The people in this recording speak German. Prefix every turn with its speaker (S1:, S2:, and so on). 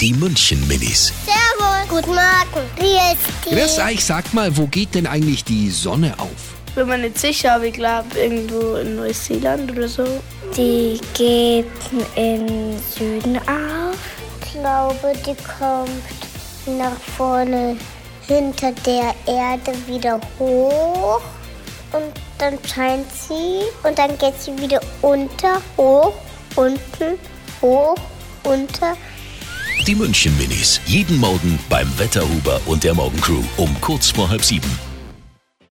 S1: Die München Minis.
S2: Servus. Guten Morgen. Wie
S1: Grüß euch, ah, sag mal, wo geht denn eigentlich die Sonne auf?
S3: Bin mir nicht sicher, aber ich glaube irgendwo in Neuseeland oder so.
S4: Die geht im Süden auf.
S2: Ich glaube, die kommt nach vorne hinter der Erde wieder hoch. Und dann scheint sie. Und dann geht sie wieder unter, hoch, unten, hoch, unter.
S1: Die München Minis. Jeden Morgen beim Wetterhuber und der Morgencrew um kurz vor halb sieben.